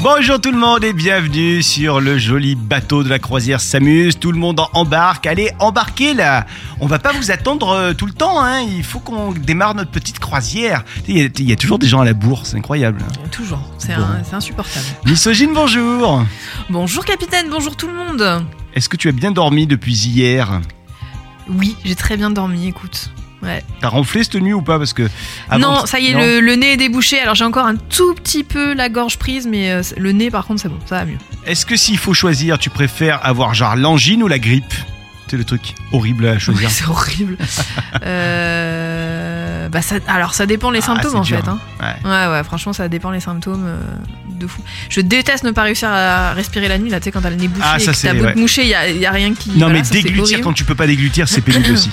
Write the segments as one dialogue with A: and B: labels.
A: Bonjour tout le monde et bienvenue sur le joli bateau de la croisière s'amuse. Tout le monde en embarque. Allez, embarquez là. On va pas vous attendre euh, tout le temps. hein. Il faut qu'on démarre notre petite croisière. Il y, a- il y a toujours des gens à la bourre, c'est incroyable.
B: Toujours, c'est
A: Bon.
B: un- c'est insupportable.
A: Misogyne, bonjour.
B: Bonjour capitaine, bonjour tout le monde.
A: Est-ce que tu as bien dormi depuis hier
B: Oui, j'ai très bien dormi, écoute. Ouais.
A: T'as ronflé cette nuit ou pas Parce que avant-
B: non, ça y est,
A: Ah Non.
B: le, le nez est débouché. Alors j'ai encore un tout petit peu la gorge prise, mais euh, le nez par contre c'est bon, ça va mieux.
A: Est-ce que s'il faut choisir, tu préfères avoir genre l'angine ou la grippe C'est le truc horrible à choisir.
B: Oui, c'est horrible. Euh, bah, ça, alors ça dépend les
A: Ah,
B: symptômes
A: c'est dur,
B: en fait. hein.
A: Ouais.
B: Ouais, ouais, franchement ça dépend les symptômes euh, de fou. Je déteste ne pas réussir à respirer la nuit, là tu sais quand t'as le nez bouché
A: Ah,
B: et
A: ça,
B: que
A: c'est-
B: t'as beau te
A: ouais.
B: moucher, il y a, y a rien qui...
A: Non
B: voilà,
A: mais
B: ça, c'est
A: déglutir
B: horrible.
A: quand tu peux pas déglutir, c'est pénible aussi.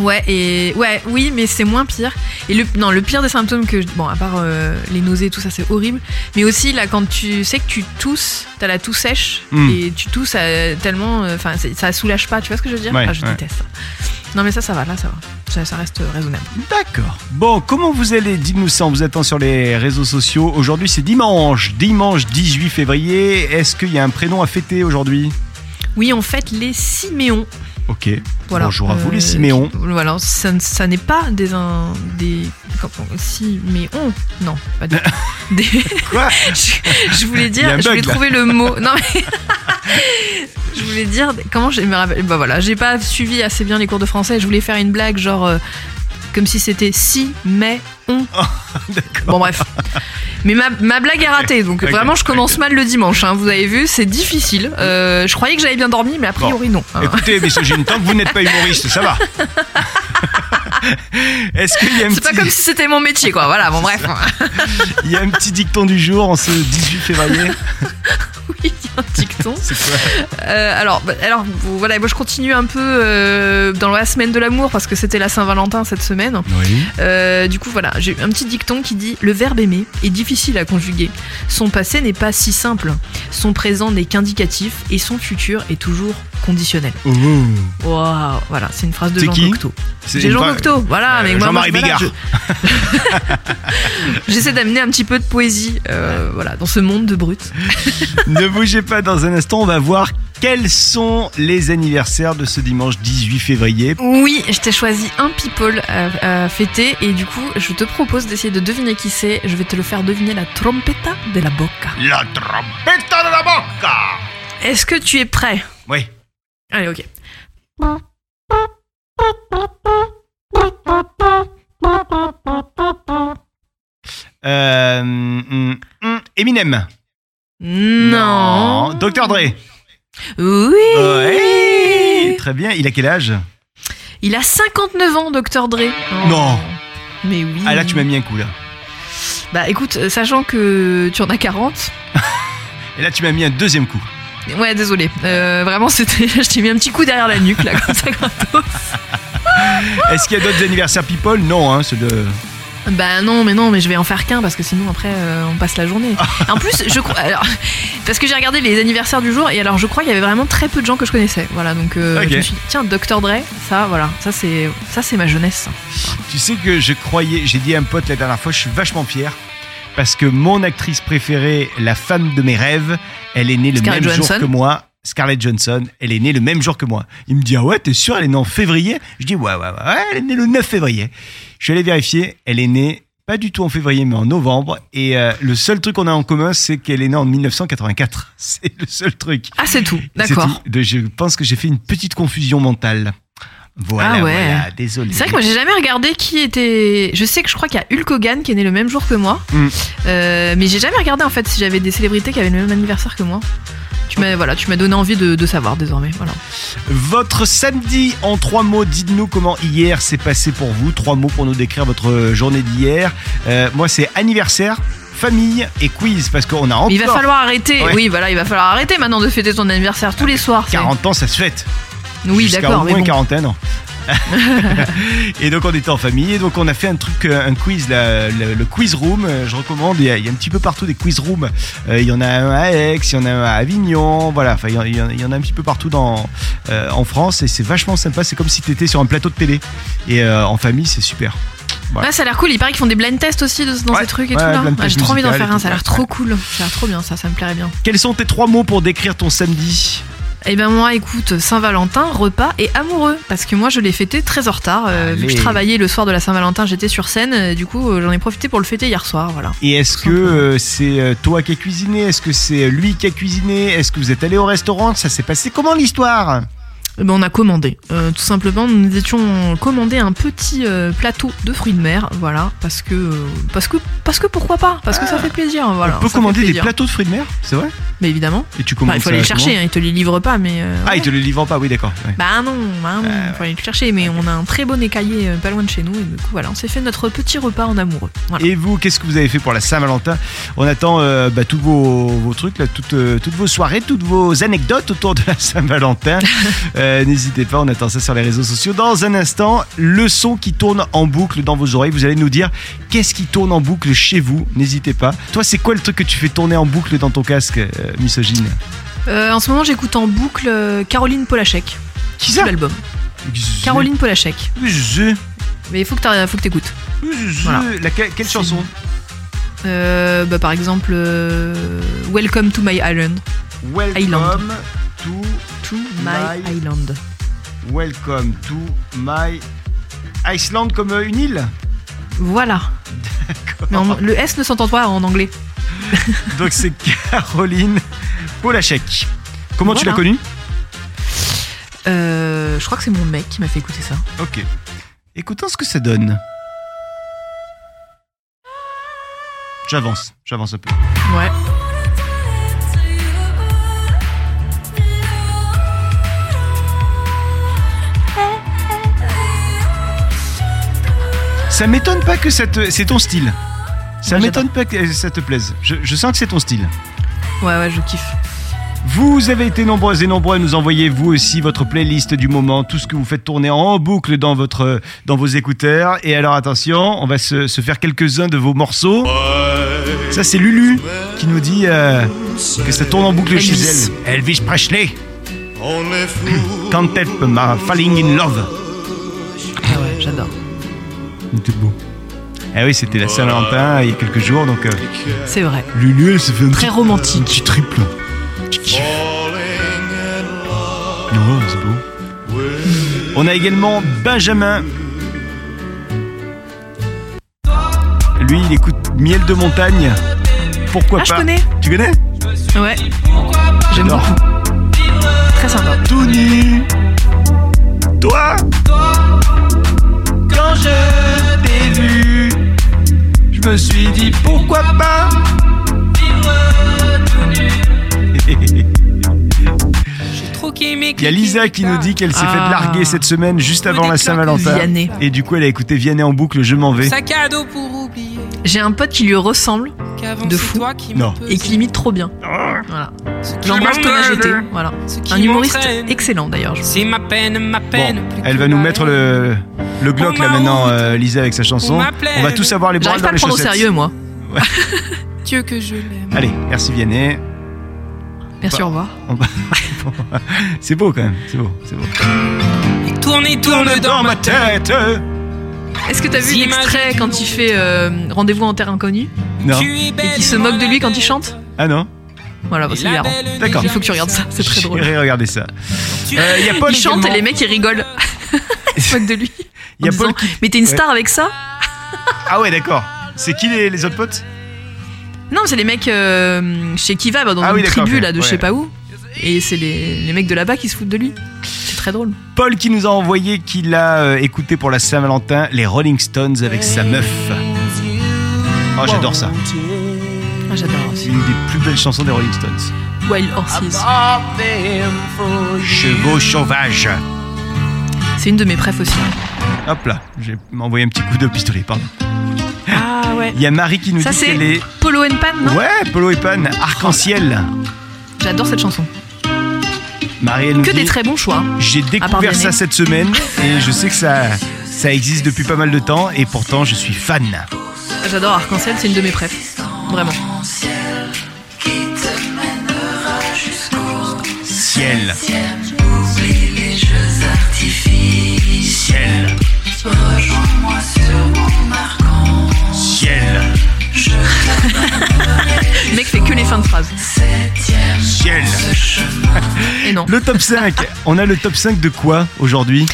B: Ouais et ouais oui mais c'est moins pire et le non le pire des symptômes que je- bon à part euh, les nausées et tout ça c'est horrible mais aussi là quand tu sais que tu tousses t'as la toux sèche
A: Hmm.
B: et tu tousses euh, tellement euh, enfin c'est- ça soulage pas tu vois ce que je veux dire
A: Ouais,
B: ah, je
A: ouais.
B: déteste ça non mais ça ça va là ça va ça, ça reste euh, raisonnable
A: D'accord. Bon, comment vous allez Dites-nous ça, on vous attend sur les réseaux sociaux. Aujourd'hui, c'est dimanche, dimanche 18 février. Est-ce qu'il y a un prénom à fêter aujourd'hui
B: oui on fête les Siméons
A: Ok.
B: voilà
A: Bonjour à vous, les
B: Euh,
A: Siméons.
B: qui- voilà ça, ne- ça n'est pas des un des comment- Siméons non pas des, des-
A: Quoi
B: je, je voulais
A: Il y a un
B: dire, je voulais
A: bug, là.
B: trouver le mot. Non mais. je voulais dire. Comment je me rappelle. Bah voilà, j'ai pas suivi assez bien les cours de français. Je voulais faire une blague genre. euh, comme si c'était si, mais, on. Bon, bref. Mais ma, ma blague est ratée, donc
A: Oh, Ok,
B: vraiment, je commence mal le dimanche. hein. Vous avez vu, c'est difficile. Euh, je croyais que j'avais bien dormi, mais a priori, non. hein.
A: Écoutez, misogyne, tant que vous n'êtes pas humoriste, ça va. Est-ce qu'il y, a un
B: C'est pas
A: petit-
B: comme si c'était mon métier, quoi. Voilà, bon, bref.
A: il y a un petit dicton du jour en ce 18 février
B: Oui, il y a un dicton.
A: C'est quoi
B: Euh, alors, bah, alors voilà, moi je continue un peu euh, dans la semaine de l'amour parce que c'était la Saint-Valentin cette semaine.
A: Oui.
B: Euh, du coup, voilà, j'ai un petit dicton qui dit Le verbe aimer est difficile à conjuguer. Son passé n'est pas si simple. Son présent n'est qu'indicatif et son futur est toujours conditionnel.
A: Oh,
B: Waouh, voilà, c'est une phrase de
A: C'est
B: Jean
A: qui
B: Cocteau.
A: c'est
B: C'est
A: une
B: Jean
A: vraie-
B: Cocteau, voilà,
A: Euh,
B: mais moi,
A: Jean-Marie
B: moi, voilà,
A: Bigard.
B: je- J'essaie d'amener un petit peu de poésie, euh, voilà, dans ce monde de brut.
A: Ne bougez pas dans un instant, on va voir quels sont les anniversaires de ce dimanche 18 février.
B: Oui, je t'ai choisi un people à, à fêter et du coup, je te propose d'essayer de deviner qui c'est. Je vais te le faire deviner la trompeta de la bocca.
A: La trompetta de la bocca
B: Est-ce que tu es prêt
A: Oui.
B: Allez, ok.
A: Euh, mm, mm, Eminem.
B: Non.
A: Dr. Dre.
B: Oui.
A: Ouais. Très bien. Il a quel âge
B: Il a 59 ans, Docteur Dre. Oh.
A: Non.
B: Mais oui.
A: Ah là, tu m'as mis un coup là.
B: Bah écoute, euh, sachant que tu en as 40.
A: Et là, tu m'as mis un deuxième coup.
B: Ouais, désolé. Euh, vraiment, c'était. Je t'ai mis un petit coup derrière la nuque, là, comme ça, gratos.
A: Est-ce qu'il y a d'autres anniversaires people Non, hein, c'est de.
B: Bah non, mais non, mais je vais en faire qu'un parce que sinon après euh, on passe la journée. En plus, je crois. Alors, parce que j'ai regardé les anniversaires du jour et alors je crois qu'il y avait vraiment très peu de gens que je connaissais. Voilà, donc euh,
A: Ok.
B: je me suis dit, tiens, Dr. Dre, ça, voilà, ça c'est ça c'est ma jeunesse.
A: Tu sais que je croyais, j'ai dit à un pote la dernière fois, je suis vachement fier. Parce que mon actrice préférée, la femme de mes rêves, elle est née le
B: Scarlett
A: même jour
B: Johansson.
A: que moi. Scarlett Johnson, elle est née le même jour que moi. Il me dit Ah ouais, t'es sûr, elle est née en février Je dis Ouais, ouais, ouais, ouais, elle est née le 9 février. Je suis allé vérifier, elle est née pas du tout en février, mais en novembre. Et euh, le seul truc qu'on a en commun, c'est qu'elle est née en 1984. C'est le seul truc.
B: Ah, c'est tout,
A: C'est
B: d'accord.
A: tout. Je pense que j'ai fait une petite confusion mentale. Voilà,
B: Ah ouais.
A: voilà, désolé.
B: C'est vrai que moi j'ai jamais regardé qui était. Je sais que je crois qu'il y a Hulk Hogan qui est né le même jour que moi,
A: Mm.
B: Euh, mais j'ai jamais regardé en fait si j'avais des célébrités qui avaient le même anniversaire que moi. Tu m'as voilà, tu m'as donné envie de, de savoir désormais. Voilà.
A: Votre samedi en trois mots, dites-nous comment hier s'est passé pour vous. Trois mots pour nous décrire votre journée d'hier. Euh, moi, c'est anniversaire, famille et quiz parce qu'on a encore
B: Mais il va falloir arrêter.
A: Ouais.
B: Oui, voilà, il va falloir arrêter maintenant de fêter ton anniversaire tous les soirs. c'est-
A: 40 ans, ça se fête.
B: Oui,
A: Jusqu'à
B: d'accord,
A: Au
B: mais
A: moins
B: bon.
A: quarantaine. Et donc on était en famille et donc on a fait un truc, euh, un quiz, là, le, le quiz room. euh, Je recommande. Il y, a, il y a un petit peu partout des quiz rooms. Euh, Il y en a un à Aix, il y en a un à Avignon. Voilà, enfin il y en- il y, en a- il y en a un petit peu partout dans euh, en France et c'est vachement sympa. C'est comme si t'étais sur un plateau de télé et euh, en famille c'est super. Ouais.
B: Ah, ça a l'air cool. Il paraît qu'ils font des blind tests aussi de- dans
A: Ouais,
B: ces trucs et
A: ouais,
B: tout. là.
A: blind
B: Ah,
A: test
B: J'ai trop envie d'en
A: musical
B: faire
A: et
B: un.
A: tout,
B: Ça a
A: ouais.
B: l'air trop cool. Ça a l'air trop bien. Ça, ça me plairait bien.
A: Quels sont tes trois mots pour décrire ton samedi
B: Eh ben moi, écoute, Saint-Valentin, repas et amoureux. Parce que moi, je l'ai fêté très en retard. euh, vu que
A: Allez.
B: je travaillais le soir de la Saint-Valentin, j'étais sur scène. euh, du coup, euh, j'en ai profité pour le fêter hier soir. Voilà.
A: Et est-ce que
B: Simplement.
A: euh, c'est euh, toi qui as cuisiné Est-ce que c'est euh, lui qui a cuisiné Est-ce que vous êtes allé au restaurant Ça s'est passé comment l'histoire
B: Eh ben, on a commandé. Euh, tout simplement, nous étions commandé un petit euh, plateau de fruits de mer. Voilà. Parce que, euh, parce que, parce que pourquoi pas Parce que ça fait plaisir. Voilà.
A: On peut
B: ça fait
A: commander des
B: plaisir.
A: plateaux de fruits de mer C'est vrai
B: Mais évidemment.
A: Et tu
B: Enfin,
A: commandes
B: il faut
A: ça
B: aller le
A: comment
B: chercher. hein, ils te les livrent pas, mais. euh,
A: Ah,
B: ouais.
A: ils te le livrent pas, oui, d'accord. ouais.
B: Bah non, bah non,
A: Bah,
B: faut aller le chercher, mais on a un très bon écaillé euh, pas loin de chez nous, et du coup voilà, on s'est fait notre petit repas en amoureux. Voilà.
A: Et vous, qu'est-ce que vous avez fait pour la Saint-Valentin On attend euh, bah, tous vos, vos trucs, là, toutes, euh, toutes vos soirées, toutes vos anecdotes autour de la Saint-Valentin. Euh, N'hésitez pas, on attend ça sur les réseaux sociaux. Dans un instant, le son qui tourne en boucle dans vos oreilles, vous allez nous dire qu'est-ce qui tourne en boucle chez vous. N'hésitez pas. Toi, c'est quoi le truc que tu fais tourner en boucle dans ton casque, euh, misogyne
B: Euh, en ce moment, j'écoute en boucle euh, Caroline Polachek.
A: Qui
B: C'est l'album. Caroline Polachek.
A: Je-
B: Mais il faut que t'as- faut que t'écoutes.
A: je-
B: Voilà.
A: laquelle- Quelle
B: C'est-
A: chanson
B: Euh, bah, par exemple, euh, Welcome to my island.
A: Welcome
B: Island.
A: to
B: To my,
A: My-
B: island.
A: Welcome to my Iceland comme euh, une île.
B: Voilà. Mais en- le S ne s'entend pas en anglais.
A: Donc c'est Caroline Polachek. Comment tu
B: Voilà.
A: l'as connue
B: Euh, je crois que c'est mon mec qui m'a fait écouter ça.
A: Ok. Écoutons ce que ça donne. J'avance, j'avance un peu.
B: Ouais.
A: Ça m'étonne pas que ça te... c'est ton style. Ça
B: Moi,
A: m'étonne pas que ça te plaise. Je, je sens que c'est ton style.
B: Ouais, ouais, je kiffe.
A: Vous avez été nombreuses et nombreux à nous envoyer vous aussi votre playlist du moment, tout ce que vous faites tourner en boucle dans, votre, dans vos écouteurs. Et alors attention, on va se, se faire quelques-uns de vos morceaux. Ça c'est Lulu qui nous dit euh, que ça tourne en boucle chez
B: Elvis.
A: elle. Elvis Presley,
C: On est fou.
A: Can't Help Ma Falling in Love.
B: Ah ouais, j'adore.
A: Tout beau. Ah oui, c'était la Saint-Valentin il y a quelques jours, donc euh,
B: C'est vrai.
A: Lulu elle se fait un
B: Très
A: petit-
B: romantique.
A: un petit triple.
C: Falling in love
A: Oh, c'est beau.
C: with
A: On a également Benjamin. Lui, il écoute Miel de montagne. Pourquoi
B: Ah, je
A: pas
B: connais.
A: Tu connais
B: Ouais. J'aime
A: J'adore.
B: beaucoup. Très sympa.
A: Tout nu. Toi Quand je t'ai vu, je me suis dit pourquoi pas Il y a Lisa qui nous dit qu'elle s'est
B: Ah.
A: fait larguer cette semaine juste avant la Saint-Valentin.
B: Vianney.
A: Et du coup, elle a écouté Vianney en boucle, je m'en vais.
D: Sac à dos pour oublier
B: J'ai un pote qui lui ressemble
D: qu'avant
B: De fou.
D: c'est toi qui
A: Non.
D: me
B: et qui l'imite trop bien. Voilà. J'embrasse Thomas GT. Voilà. Un humoriste excellent d'ailleurs. je-
D: C'est ma peine, ma
A: Bon,
D: peine. plus
A: elle
D: que
A: va nous
D: ma
A: mettre
D: haine.
A: le, le Glock
D: Pour
A: là
D: ma
A: maintenant,
D: honte.
A: euh, Lisa avec sa chanson.
D: Pour ma plaie.
A: On va tous avoir les bras
B: J'arrive
A: dans
B: pas à
A: les
B: le prendre au
A: chaussettes.
B: sérieux moi.
D: Dieu que je l'aime.
A: Allez, merci Vianney.
B: Merci,
A: Bah.
B: au revoir.
A: C'est beau quand même, c'est beau, c'est beau.
D: Tourne et tourne dans ma tête.
B: Est-ce que t'as vu
D: Imaginez
B: l'extrait
D: du
B: quand
D: monde.
B: il fait euh, Rendez-vous en terre inconnue
A: Non.
D: Tu es belle
B: et qu'il se moque de lui quand il chante
A: Ah non
B: Voilà, bah,
D: Et
B: c'est
D: la
B: hilarant.
D: belle
A: D'accord.
D: n'est
B: Il faut que tu regardes ça, c'est très drôle.
A: J'irai regarder ça. Euh,
D: jamais
A: Il
D: tu-
A: y a Paul
B: Il chante et
A: également.
B: les mecs ils rigolent. Ils se moquent de lui.
A: Il y a
B: en
A: Paul
B: disant,
A: qui...
B: Mais t'es une
A: Ouais.
B: star avec ça
A: Ah ouais, d'accord. C'est qui les, les autres potes
B: Non, c'est les mecs euh, chez qui va, bah, dans
A: Ah
B: une
A: oui, d'accord,
B: tribu
A: ok,
B: là de
A: ouais.
B: je sais pas où. Et c'est les, les mecs de là-bas qui se foutent de lui. C'est très drôle.
A: Paul qui nous a envoyé, qu'il a euh, écouté pour la Saint-Valentin, les Rolling Stones avec sa meuf. Oh, j'adore ça.
B: Ah, J'adore aussi.
A: C'est une des plus belles chansons des Rolling Stones.
B: Wild Horses.
A: Chevaux sauvages.
B: C'est une de mes préf aussi.
A: Hop là, j'ai envoyé un petit coup de pistolet, pardon.
B: Ah ouais.
A: Il y a Marie qui nous
B: Ça
A: dit
B: c'est
A: qu'elle est.
B: Polo and Pan, non
A: Ouais, Polo et Pan, arc-en-ciel.
B: J'adore cette chanson.
A: Marie, elle nous
B: Que
A: dit,
B: des très Ah, bons choix.
A: J'ai
B: part bien
A: découvert ça
B: aimé.
A: cette semaine et je sais que ça, ça existe depuis pas mal de temps et pourtant je suis fan.
B: J'adore Arc-en-Ciel, c'est une de mes préfs. Vraiment.
A: Ciel. Ciel.
B: Le mec fait que les fins de phrases.
A: Ciel.
B: Et non.
A: Le top 5. On a le top 5 de quoi aujourd'hui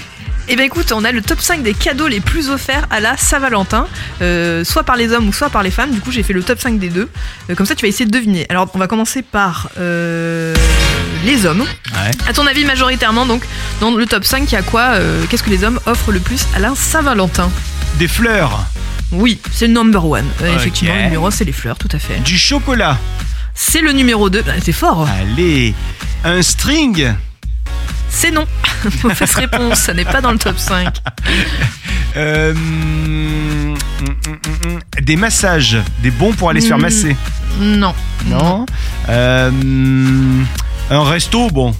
B: Eh bien écoute, on a le top 5 des cadeaux les plus offerts à la Saint-Valentin, euh, soit par les hommes ou soit par les femmes. Du coup, j'ai fait le top 5 des deux. Euh, comme ça, tu vas essayer de deviner. Alors, on va commencer par euh, les hommes.
A: Ouais.
B: À ton avis, majoritairement, donc, dans le top 5, il y a quoi euh, Qu'est-ce que les hommes offrent le plus à la Saint-Valentin
A: Des fleurs,
B: Oui, c'est le number one. Euh,
A: Ok.
B: Effectivement, le numéro, c'est les fleurs, tout à fait.
A: du chocolat.
B: C'est le numéro Ah. 2.
A: Ah,
B: c'est fort.
A: Allez, un string,
B: C'est non. Mauvaise réponse, ça n'est pas dans le top 5.
A: euh, mm, mm, mm, mm, des massages, des bons pour aller se faire
B: Mm.
A: masser.
B: Non.
A: Non. Euh, mm, un resto, bon.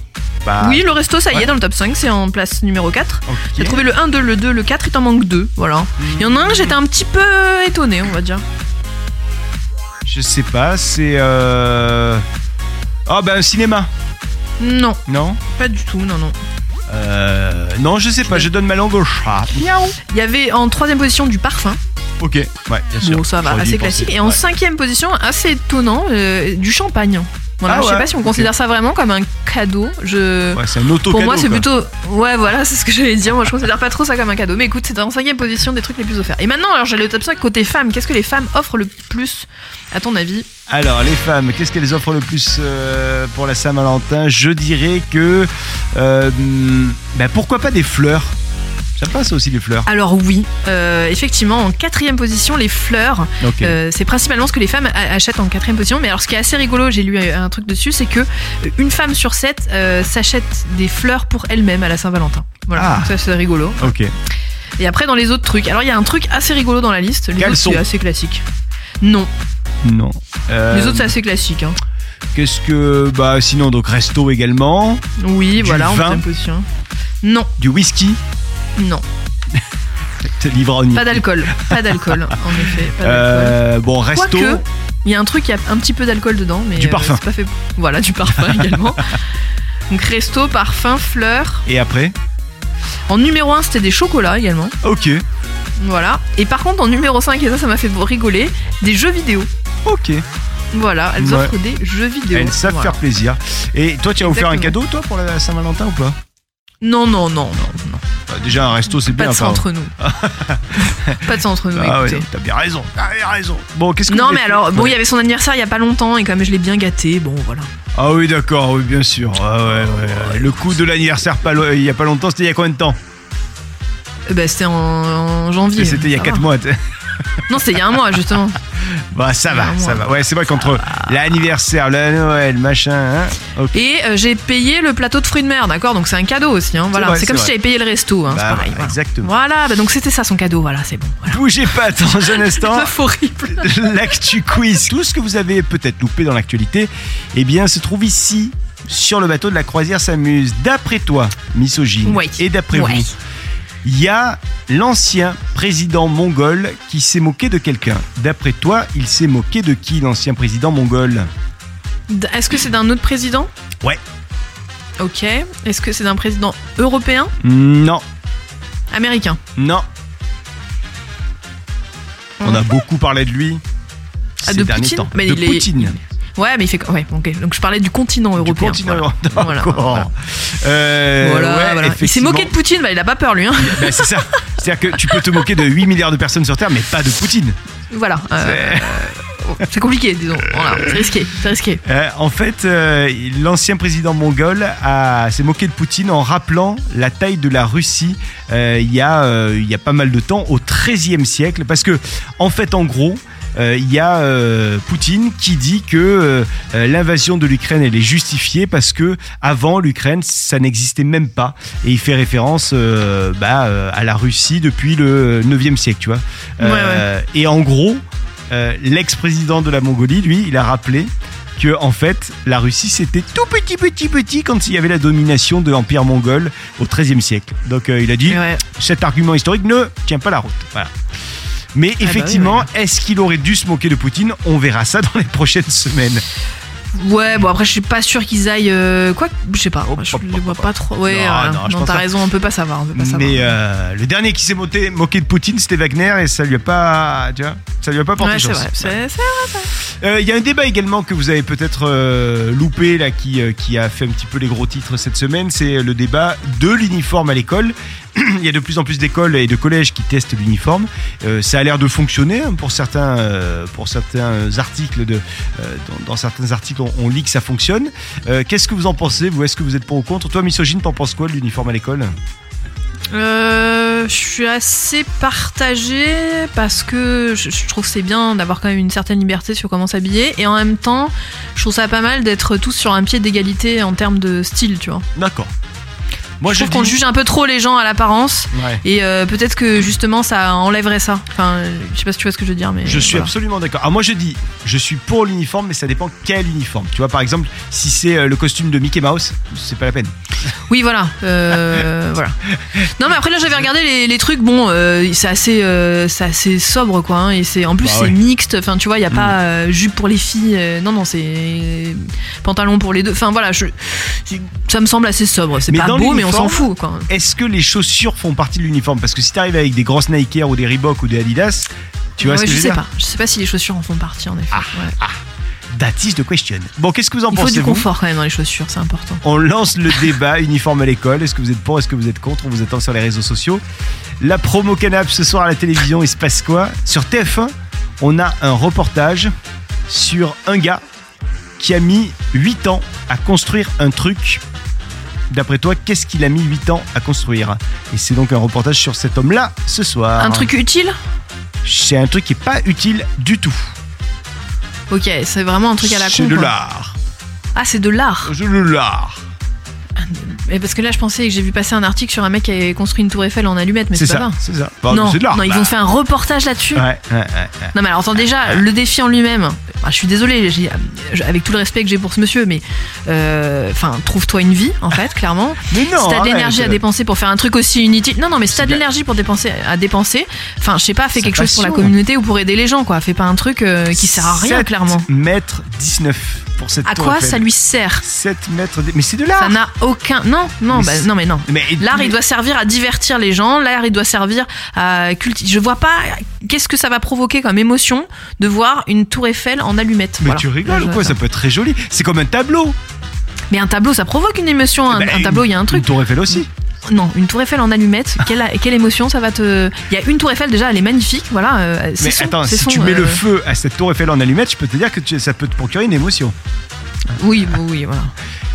A: Bah,
B: Oui, le resto, ça y
A: Ouais.
B: est, dans le top 5, c'est en place numéro 4.
A: ok. Hmm.
B: J'ai trouvé le 1, 2, le 2, le 4, il t'en manque 2. Voilà. Il y en a un, j'étais un petit peu étonnée, on va dire.
A: Je sais pas, c'est. Euh... Ah, bah un cinéma,
B: Non,
A: non
B: pas du tout, non, non.
A: euh, Non, je sais pas, je donne ma langue au chat.
B: Il y avait en troisième position du parfum.
A: Ok, ouais, bien sûr.
B: Bon, ça va,
A: J'aurais dû
B: assez
A: y penser.
B: classique. Et en
A: Ouais.
B: cinquième position, assez étonnant, euh, du champagne. Voilà,
A: Ah
B: je sais
A: ouais,
B: pas si on
A: ok.
B: considère ça vraiment comme un cadeau. Je...
A: Ouais, c'est un auto
B: Pour moi, c'est plutôt. Ouais, voilà, c'est ce que j'allais dire. Moi, je considère pas trop ça comme un cadeau. Mais écoute, c'est en cinquième position des trucs les plus offerts. Et maintenant, alors j'ai le top 5 côté femmes. Qu'est-ce que les femmes offrent le plus, à ton avis
A: Alors, les femmes, qu'est-ce qu'elles offrent le plus euh, pour la Saint-Valentin Je dirais que. euh, ben, pourquoi pas des fleurs J'aime pas ça aussi, les fleurs.
B: Alors, oui, euh, effectivement, en quatrième position, les fleurs.
A: Ok.
B: Euh, c'est principalement ce que les femmes a- achètent en quatrième position. Mais alors, ce qui est assez rigolo, j'ai lu un un truc dessus, c'est que euh, une femme sur sept euh, s'achète des fleurs pour elle-même à la Saint-Valentin. Voilà,
A: Ah.
B: Donc ça c'est rigolo.
A: ok.
B: Et après, dans les autres trucs, alors il y a un truc assez rigolo dans la liste. Les autres,
A: Caleçon.
B: c'est assez classique. Non,
A: Non. Euh,
B: les autres, c'est assez classique. Hein.
A: Qu'est-ce que. Bah, sinon, donc, resto également.
B: Oui,
A: Du
B: voilà, en
A: vin.
B: deuxième position. Non,
A: Du whisky.
B: non,
A: C'est l'ivrogne.
B: pas d'alcool, pas d'alcool, en effet, pas d'alcool.
A: Euh, bon, resto.
B: Quoique, il y a un truc, il y a un petit peu d'alcool dedans, mais
A: Du
B: euh,
A: parfum.
B: c'est pas fait. Voilà, du parfum également. Donc resto, parfum, fleurs.
A: Et après
B: En numéro 1, c'était des chocolats également.
A: Ok.
B: Voilà. Et par contre, en numéro 5, et ça, ça m'a fait rigoler, des jeux vidéo.
A: Ok.
B: Voilà, elles
A: Ouais.
B: offrent des jeux vidéo.
A: Elles savent
B: Voilà.
A: faire plaisir. Et toi, tu as offert un
B: Exactement.
A: cadeau, toi, pour la Saint-Valentin ou pas
B: Non, non, non, non, non.
A: Bah, Déjà, un resto, c'est
B: Pas
A: bien.
B: de ça
A: apparemment.
B: entre nous. pas de ça entre nous,
A: Ah
B: écoutez.
A: ouais, t'as bien raison. T'as bien raison. Bon, qu'est-ce que
B: Non
A: vous
B: mais
A: avez
B: alors
A: fait
B: bon il y avait son anniversaire il y a pas longtemps et comme je l'ai bien gâté bon voilà
A: Ah oui, d'accord, oui, bien sûr. Ah ouais, ouais, ouais. Le coup de l'anniversaire, pas lo- il y a pas longtemps, c'était il y a combien de temps
B: Euh, bah, c'était en, en janvier
A: C'était il y a
B: Ça
A: 4
B: va.
A: mois. t'es-
B: non c'était il y a un mois justement
A: Bah, ça va,
B: Un
A: ça
B: mois.
A: va. Ouais, c'est vrai qu'entre l'anniversaire, le Noël, machin. hein, ok.
B: et euh, j'ai payé le plateau de fruits de mer d'accord donc c'est un cadeau aussi hein, voilà
A: vrai,
B: c'est comme
A: c'est
B: si j'avais payé le resto hein,
A: Bah,
B: c'est pareil
A: bah,
B: voilà.
A: Exactement.
B: voilà bah, donc c'était ça son cadeau voilà c'est bon voilà.
A: Bougez pas, dans un instant.
B: Meuf horrible
A: L'actu quiz. Tout ce que vous avez peut-être loupé dans l'actualité, eh bien, se trouve ici, sur le bateau de la croisière s'amuse. D'après toi, misogyne,
B: Ouais.
A: et d'après
B: Ouais.
A: vous, il y a l'ancien président mongol qui s'est moqué de quelqu'un. D'après toi, il s'est moqué de qui, l'ancien président mongol
B: D- Est-ce que c'est d'un autre président
A: Ouais.
B: Ok. Est-ce que c'est d'un président européen
A: Non,
B: Américain
A: non. On a beaucoup parlé de lui.
B: Mm. Ah,
A: ces
B: de
A: derniers
B: Poutine
A: temps.
B: Mais
A: de
B: il est-
A: Poutine.
B: Ouais, mais il fait. Ouais, ok. Donc je parlais du continent
A: Du
B: européen.
A: continent
B: voilà.
A: européen.
B: Voilà,
A: D'accord.
B: voilà.
A: Euh,
B: Voilà,
A: ouais,
B: voilà. Il s'est
A: effectivement.
B: moqué de Poutine, bah, il a pas peur lui. Hein.
A: Ben, c'est ça. C'est-à-dire que tu peux te moquer de 8 milliards de personnes sur Terre, mais pas de Poutine.
B: Voilà. euh, euh, c'est compliqué, disons. Voilà, c'est risqué, c'est risqué.
A: Euh, en fait, euh, l'ancien président mongol a- s'est moqué de Poutine en rappelant la taille de la Russie euh, il y, a, euh, il y a pas mal de temps, au XIIIe siècle. Parce que, en fait, en gros, euh, il y a euh, Poutine qui dit que euh, euh, l'invasion de l'Ukraine elle est justifiée parce que avant l'Ukraine ça n'existait même pas et il fait référence euh, bah, euh, à la Russie depuis le 9e siècle tu vois
B: Ouais,
A: euh, et en gros euh, l'ex-président de la Mongolie lui il a rappelé que en fait la Russie c'était tout petit petit petit quand il y avait la domination de l'empire mongol au XIIIe siècle. Donc euh, il a dit
B: Ouais.
A: cet argument historique ne tient pas la route. Voilà. Mais
B: Ah bah oui,
A: effectivement, est-ce qu'il aurait dû se moquer de Poutine On verra ça dans les prochaines semaines.
B: Ouais, bon après je suis pas sûr qu'ils aillent euh, quoi, je sais pas,
A: Hop,
B: je
A: hop,
B: les
A: hop,
B: vois
A: hop.
B: pas trop. Ouais,
A: oh, Non,
B: euh,
A: non, je pense
B: t'as
A: pas.
B: raison, on peut pas savoir, on peut pas savoir.
A: Mais euh, le dernier qui s'est moqué, moqué de Poutine, c'était Wagner, et ça lui a pas, tu vois, ça lui a pas porté
B: ouais, c'est
A: chance.
B: vrai. c'est- c'est-
A: Euh, Il y a un débat également que vous avez peut-être euh, loupé, là, qui, euh, qui a fait un petit peu les gros titres cette semaine, c'est euh, le débat de l'uniforme à l'école. Il y a de plus en plus d'écoles et de collèges qui testent l'uniforme. Euh, ça a l'air de fonctionner hein, pour certains, euh, pour certains articles. De, euh, dans, dans certains articles, on, on lit que ça fonctionne. Euh, Qu'est-ce que vous en pensez Vous, est-ce que vous êtes pour ou contre Toi, misogyne, t'en penses quoi de l'uniforme à l'école
B: Euh, je suis assez partagée parce que je, je trouve que c'est bien d'avoir quand même une certaine liberté sur comment s'habiller et en même temps, je trouve ça pas mal d'être tous sur un pied d'égalité en termes de style, tu vois.
A: D'accord. Moi,
B: je
A: je,
B: trouve qu'on
A: dis-
B: juge un peu trop les gens à l'apparence
A: Ouais.
B: et euh, peut-être que justement ça enlèverait ça. Enfin, euh, je sais pas si tu vois ce que je veux dire, mais
A: Je suis
B: voilà.
A: absolument d'accord. Alors moi je dis, je suis pour l'uniforme, mais ça dépend quel uniforme. Tu vois, par exemple, si c'est euh, le costume de Mickey Mouse, c'est pas la peine.
B: Oui, voilà. euh, voilà. Non, mais après là, j'avais regardé les, les trucs. Bon, euh, c'est assez, euh, c'est assez sobre, quoi. hein, et c'est en plus
A: Bah
B: c'est
A: ouais. Mm.
B: mixte. Enfin, tu vois, il y a pas euh, jupe pour les filles. euh, non, non, c'est euh, pantalon pour les deux. Enfin, voilà. Je, je- ça me semble assez sobre. C'est
A: Mais
B: pas
A: dans
B: beau, mais on s'en
A: l'uniforme-
B: fout, quoi.
A: Est-ce que les chaussures font partie de l'uniforme Parce que si t'arrives avec des grosses Nike Air ou des Reebok ou des Adidas, tu vois
B: Ouais,
A: ce que
B: je
A: je veux
B: sais
A: dire Ah,
B: pas. Je sais pas si les chaussures en font partie, en effet. ouais.
A: That is the question. Bon, qu'est-ce que vous en
B: Il faut
A: pensez
B: du
A: vous
B: confort quand même dans les chaussures, c'est important.
A: On lance le débat uniforme à l'école. Est-ce que vous êtes pour Est-ce que vous êtes contre On vous attend sur les réseaux sociaux. La promo canap ce soir à la télévision, il se passe quoi Sur TF1, on a un reportage sur un gars qui a mis 8 ans à construire un truc. D'après toi, qu'est-ce qu'il a mis 8 ans à construire Et c'est donc un reportage sur cet homme-là ce soir.
B: Un truc utile
A: C'est un truc qui n'est pas utile du tout.
B: Ok, c'est vraiment un truc à la con.
A: C'est de
B: quoi.
A: l'art.
B: Ah, c'est de l'art.
A: C'est de l'art.
B: Mais parce que là, je pensais que j'ai vu passer un article sur un mec qui avait construit une tour Eiffel en allumettes, mais
A: C'est
B: c'est pas
A: ça.
B: vrai.
A: C'est ça. Bah,
B: non,
A: c'est de l'art.
B: non, ils
A: bah.
B: ont fait un reportage là-dessus.
A: Ouais, ouais, ouais.
B: Non, mais alors attends, déjà, le défi en lui-même, bah, je suis désolée, j'ai- je- avec tout le respect que j'ai pour ce monsieur, mais euh, enfin, trouve-toi une vie, en fait, clairement.
A: Mais non.
B: si t'as de
A: arrête.
B: l'énergie à dépenser pour faire un truc aussi inutile. Non, non, mais si
A: C'est
B: t'as de
A: bien.
B: l'énergie pour dépenser, à dépenser, enfin, je sais pas, fais
A: Sa
B: quelque chose pour la
A: passion.
B: communauté ou pour aider les gens, quoi. Fais pas un truc euh, qui sert à rien,
A: 7
B: clairement.
A: mètres 19 pour cette
B: À
A: tour
B: quoi
A: Eiffel.
B: ça lui sert
A: 7 mètres. d- Mais c'est de l'art.
B: Ça n'a aucun. Non, non,
A: Ah. Mais
B: bah,
A: c'est-
B: non, mais non.
A: Mais
B: L'art,
A: mais-
B: il doit servir à divertir les gens. L'art, il doit servir à cultiver. Je vois pas qu'est-ce que ça va provoquer comme émotion de voir une tour Eiffel en allumette.
A: Mais tu rigoles ou quoi Ça peut être très joli. C'est comme un tableau.
B: Mais un tableau, ça provoque une émotion. Un,
A: Bah,
B: un tableau, il y a un
A: une-
B: truc.
A: Une tour Eiffel aussi.
B: Non, une tour Eiffel en allumette. Quelle, quelle émotion ça va te. Il y a une tour Eiffel déjà, elle est magnifique. Voilà. euh, c'est
A: Mais
B: son-
A: attends,
B: c'est
A: si
B: son,
A: tu mets le
B: euh,
A: feu à cette tour Eiffel en allumette, je peux te dire que tu- ça peut te procurer une émotion.
B: Oui, oui, oui, voilà.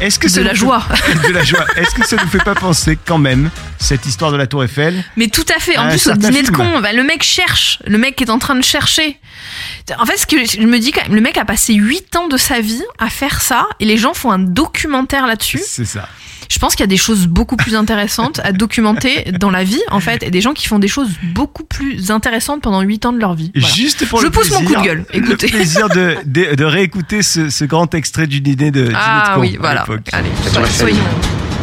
A: Est-ce que ça
B: De
A: nous
B: la
A: fait-
B: joie.
A: de la joie. Est-ce que ça nous fait pas penser quand même cette histoire de la tour Eiffel
B: Mais tout à fait. En
A: Un
B: plus, au
A: certain
B: dîner de
A: film.
B: con, bah, le mec cherche. Le mec est en train de chercher. En fait, ce que je me dis quand même, le mec a passé 8 ans de sa vie à faire ça et les gens font un documentaire là-dessus.
A: C'est ça.
B: Je pense qu'il y a des choses beaucoup plus intéressantes à documenter dans la vie, en fait, et des gens qui font des choses beaucoup plus intéressantes pendant 8 ans de leur vie. Voilà.
A: Juste pour
B: Je
A: le
B: pousse mon
A: plaisir.
B: coup de gueule, écoutez.
A: Le plaisir de, de, de réécouter ce, ce grand extrait du dîner de dîner de
B: Ah
A: con
B: oui,
A: à
B: voilà.
A: l'époque.
B: Allez,
E: Tour Eiffel.
B: soyons.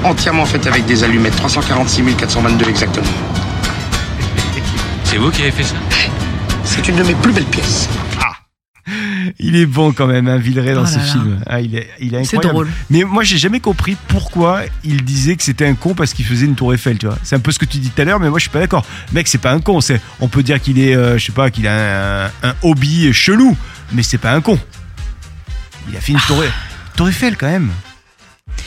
E: entièrement faite avec des allumettes, 346 422 exactement.
F: C'est vous qui avez fait ça
E: C'est une de mes plus belles pièces.
A: Il est bon quand même, hein, Villeray, dans
B: Oh
A: ce
B: là là.
A: film. Ah, il, est, il est
B: C'est
A: incroyable.
B: drôle.
A: Mais moi, j'ai jamais compris pourquoi il disait que c'était un con parce qu'il faisait une tour Eiffel, tu vois. C'est un peu ce que tu dis tout à l'heure, mais moi, je suis pas d'accord. Mec, c'est pas un con. C'est, on peut dire qu'il est, euh, je sais pas, qu'il a un, un hobby chelou, mais c'est pas un con. Il a fait une tour, tour Eiffel quand même.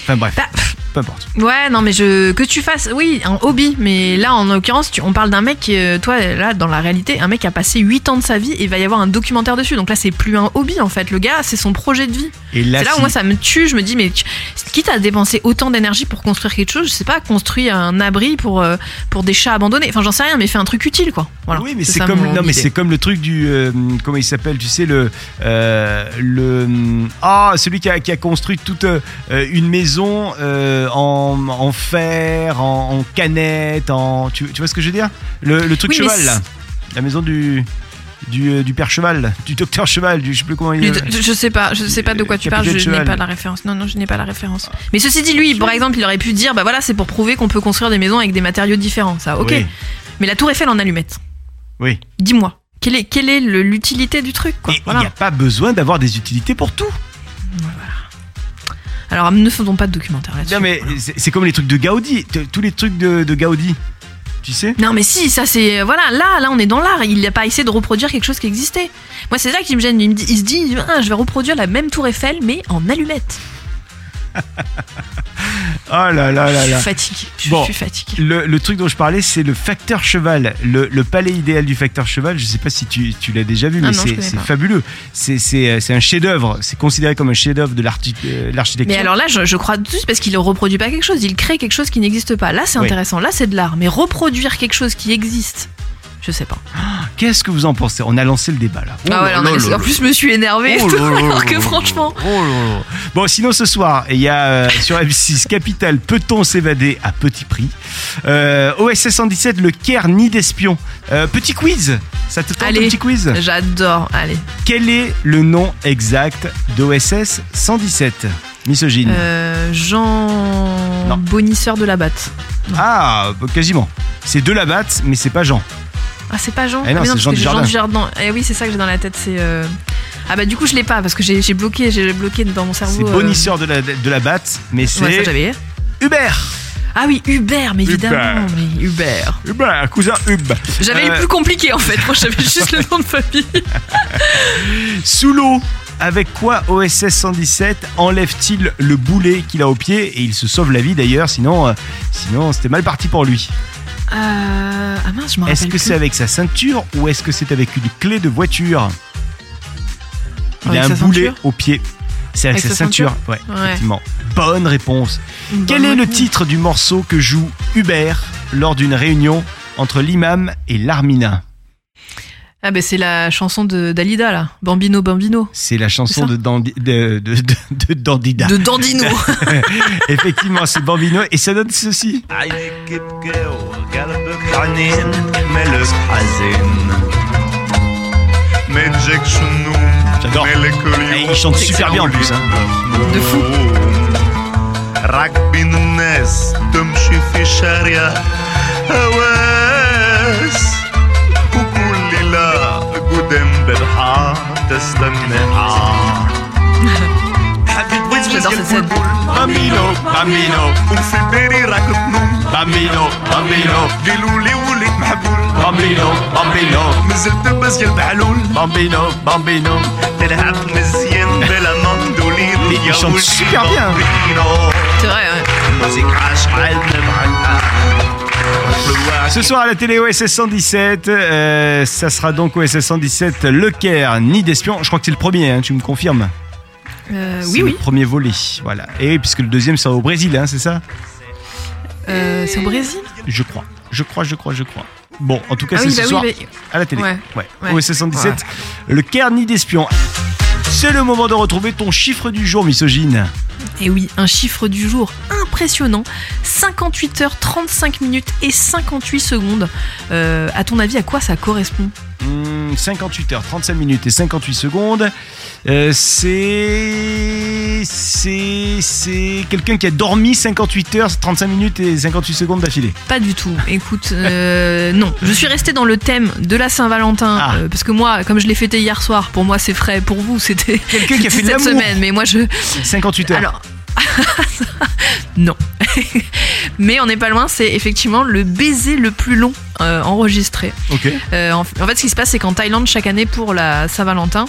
A: Enfin bref,
B: Ah. Bah, pff,
A: peu importe.
B: ouais, non, mais je que tu fasses, oui, un hobby, mais là, en l'occurrence, tu- on parle d'un mec, qui, euh, toi, là, dans la réalité, un mec qui a passé 8 ans de sa vie et il va y avoir un documentaire dessus. Donc là, c'est plus un hobby, en fait. Le gars, c'est son projet de vie.
A: Et là,
B: C'est là où
A: si-
B: moi ça me tue, je me dis mais tu- quitte à dépenser autant d'énergie pour construire quelque chose, je sais pas, construire un abri pour, euh, pour des chats abandonnés, enfin j'en sais rien mais fais un truc utile quoi. Voilà.
A: oui, mais c'est
B: ça
A: comme
B: mon
A: non, mais
B: idée.
A: c'est comme le truc du euh, comment il s'appelle, tu sais le euh, le ah celui qui a, qui a construit toute euh, une maison euh, en, en fer, en, en canette, en tu, tu vois ce que je veux dire le, le truc
B: Oui, mais
A: cheval
B: c'est-
A: là, la maison du du, euh, du père Cheval, du docteur Cheval, du je sais plus comment il
B: Lui, de- je sais pas, je sais pas de quoi tu parles,
A: Capitaine
B: je n'ai
A: Cheval.
B: pas la référence. Non, non, je n'ai pas la référence.
A: Ah.
B: Mais ceci dit, lui, par exemple, il aurait pu dire, bah voilà, c'est pour prouver qu'on peut construire des maisons avec des matériaux différents, ça, ok.
A: Oui.
B: Mais la tour Eiffel en allumette,
A: Oui.
B: dis-moi, quelle est quelle est le- l'utilité du truc, quoi
A: Et
B: Voilà.
A: il n'y a pas besoin d'avoir des utilités pour tout.
B: Alors, ne faisons pas de documentaire là-dessus.
A: Non, mais c'est c'est comme les trucs de Gaudi, t- tous les trucs de, de Gaudi. Tu sais
B: Non mais si, ça c'est euh, voilà, là là on est dans l'art, il n'a pas essayé de reproduire quelque chose qui existait. Moi c'est ça qui me gêne, il, me dit- il se dit Ah, je vais reproduire la même tour Eiffel mais en allumette.
A: Oh là là là
B: Je
A: là.
B: suis fatiguée, je
A: Bon.
B: suis fatiguée.
A: Le, le truc dont je parlais, c'est le facteur cheval, le, le palais idéal du facteur cheval. Je sais pas si tu, tu l'as déjà vu, mais
B: Ah non, je
A: c'est
B: connais
A: c'est
B: pas.
A: fabuleux. C'est- C'est euh, c'est un chef-d'œuvre. C'est considéré comme un chef-d'œuvre de l'archi- euh, l'architecture.
B: Mais alors là, je, je crois dessus parce qu'il ne reproduit pas quelque chose, il crée quelque chose qui n'existe pas. Là, c'est
A: Oui.
B: intéressant, là, c'est de l'art. Mais reproduire quelque chose qui existe, je sais pas.
A: Qu'est-ce que vous en pensez On a lancé le débat Oh là.
B: ah ouais, là, on a- en plus, je me suis énervée,
A: Oh là là
B: alors
A: là
B: que
A: là
B: franchement,
A: Oh, Bon, sinon ce soir, il y a euh, sur M6 Capital Peut-on s'évader à petit prix Euh, OSS 117, le Caire ni d'espion. Euh, petit quiz Ça te tente un
B: Allez. Euh.
A: petit quiz
B: j'adore. Allez,
A: Quel est le nom exact d'OSS 117 Misogyne.
B: Euh, Jean
A: Non.
B: Bonisseur de la Batte.
A: Ah, bah, quasiment. C'est de la batte, mais c'est pas Jean.
B: Ah, c'est pas Jean
A: Eh non,
B: mais
A: c'est Jean
B: parce que
A: Dujardin.
B: Dujardin. Eh oui, c'est ça que j'ai dans la tête, c'est. euh, Ah bah du coup, je l'ai pas parce que j'ai j'ai bloqué, j'ai bloqué dans mon cerveau.
A: C'est
B: euh,
A: bonisseur de la, de la batte, mais
B: ouais, ça,
A: c'est
B: j'avais.
A: Hubert.
B: Ah oui, Hubert, mais
A: Hubert.
B: évidemment, mais Hubert.
A: Hubert, cousin Hub.
B: J'avais
A: Euh,
B: le plus compliqué en fait. Moi, j'avais juste le nom de famille.
A: Sous l'eau, avec quoi OSS 117 enlève-t-il le boulet qu'il a au pied Et il se sauve la vie d'ailleurs, sinon, euh, sinon c'était mal parti pour lui.
B: Euh... Ah mince, je m'en
A: Est-ce
B: rappelle
A: que c'est avec sa ceinture ou est-ce que c'est avec une clé de voiture Il
B: Avec
A: a un
B: sa
A: boulet
B: ceinture
A: au pied. C'est avec, sa, ceinture, Ouais,
B: Ouais.
A: effectivement. Bonne réponse.
B: plus. Bah,
A: Quel est le
B: maintenant.
A: titre du morceau que joue Hubert lors d'une réunion entre l'imam et l'Armina
B: Ah bah c'est la chanson de d'Alida là, Bambino Bambino.
A: C'est la chanson
B: C'est ça
A: de, Dandi- de- de- de- de Dandida.
B: De Dandino.
A: Effectivement, c'est Bambino et ça donne ceci.
F: عليك بكى وقلبك حنين ملك حزين
C: مالجك شنو
A: J'adore.
C: مالك
A: Et
C: اليوم
A: Ah, il chante super bien en plus. hein.
B: De fou.
C: راكبين الناس تمشي في شارع هواس وكل ليلة قدام بالحار تستنى عار حبيت وجهك
B: Ah, J'adore cette scène.
C: بامينو بامينو وفي بالي راك تنوم
A: Bambino, Bambino,
C: قالوا لي وليت محبول
A: Bambino, Bambino,
C: نزلت بسجل بحلول
A: Bambino, Bambino.
C: تلعب مزيان بلا مندولين
A: Mais il chante super bien.
C: بامينو
B: C'est vrai. ouais.
C: موسيقى عشعل نبعتها
A: Ce soir à la télé OSS 117, euh, ça sera donc OSS 117, Le Caire, Nid d'espion. Je crois que c'est le premier, hein, tu me confirmes
B: Euh,
A: C'est
B: oui
A: le
B: oui.
A: premier volet, voilà. Et oui, puisque le deuxième sera au Brésil, hein, c'est ça
B: Euh, c'est au Brésil.
A: Je crois, je crois, je crois, je crois. Bon, en tout cas,
B: Ah
A: c'est
B: oui
A: ce
B: bah oui.
A: soir
B: bah-
A: à la télé.
B: Ouais, ouais.
A: OSS 117, Le Caire, Nid d'espion. C'est le moment de retrouver ton chiffre du jour, misogyne.
B: Et Eh oui, un chiffre du jour impressionnant. 58 heures 35 minutes et 58 secondes. Euh, à ton avis, à quoi ça correspond
A: Hmm, 58 heures, 35 minutes et 58 secondes. Euh, c'est. C'est. C'est quelqu'un qui a dormi 58 heures, 35 minutes et 58 secondes d'affilée.
B: Pas du tout. Écoute, euh, non. Je suis restée dans le thème de la Saint-Valentin
A: Ah.
B: euh, parce que moi, comme je l'ai fêté hier soir, pour moi c'est frais. Pour vous, c'était
A: Quelqu'un qui a fait de
B: cette
A: l'amour
B: semaine. Mais moi, je
A: 58 heures.
B: alors. non. Mais on n'est pas loin, c'est effectivement le baiser le plus long euh, enregistré.
A: ok.
B: Euh, en, en fait, ce qui se passe, c'est qu'en Thaïlande, chaque année pour la Saint-Valentin,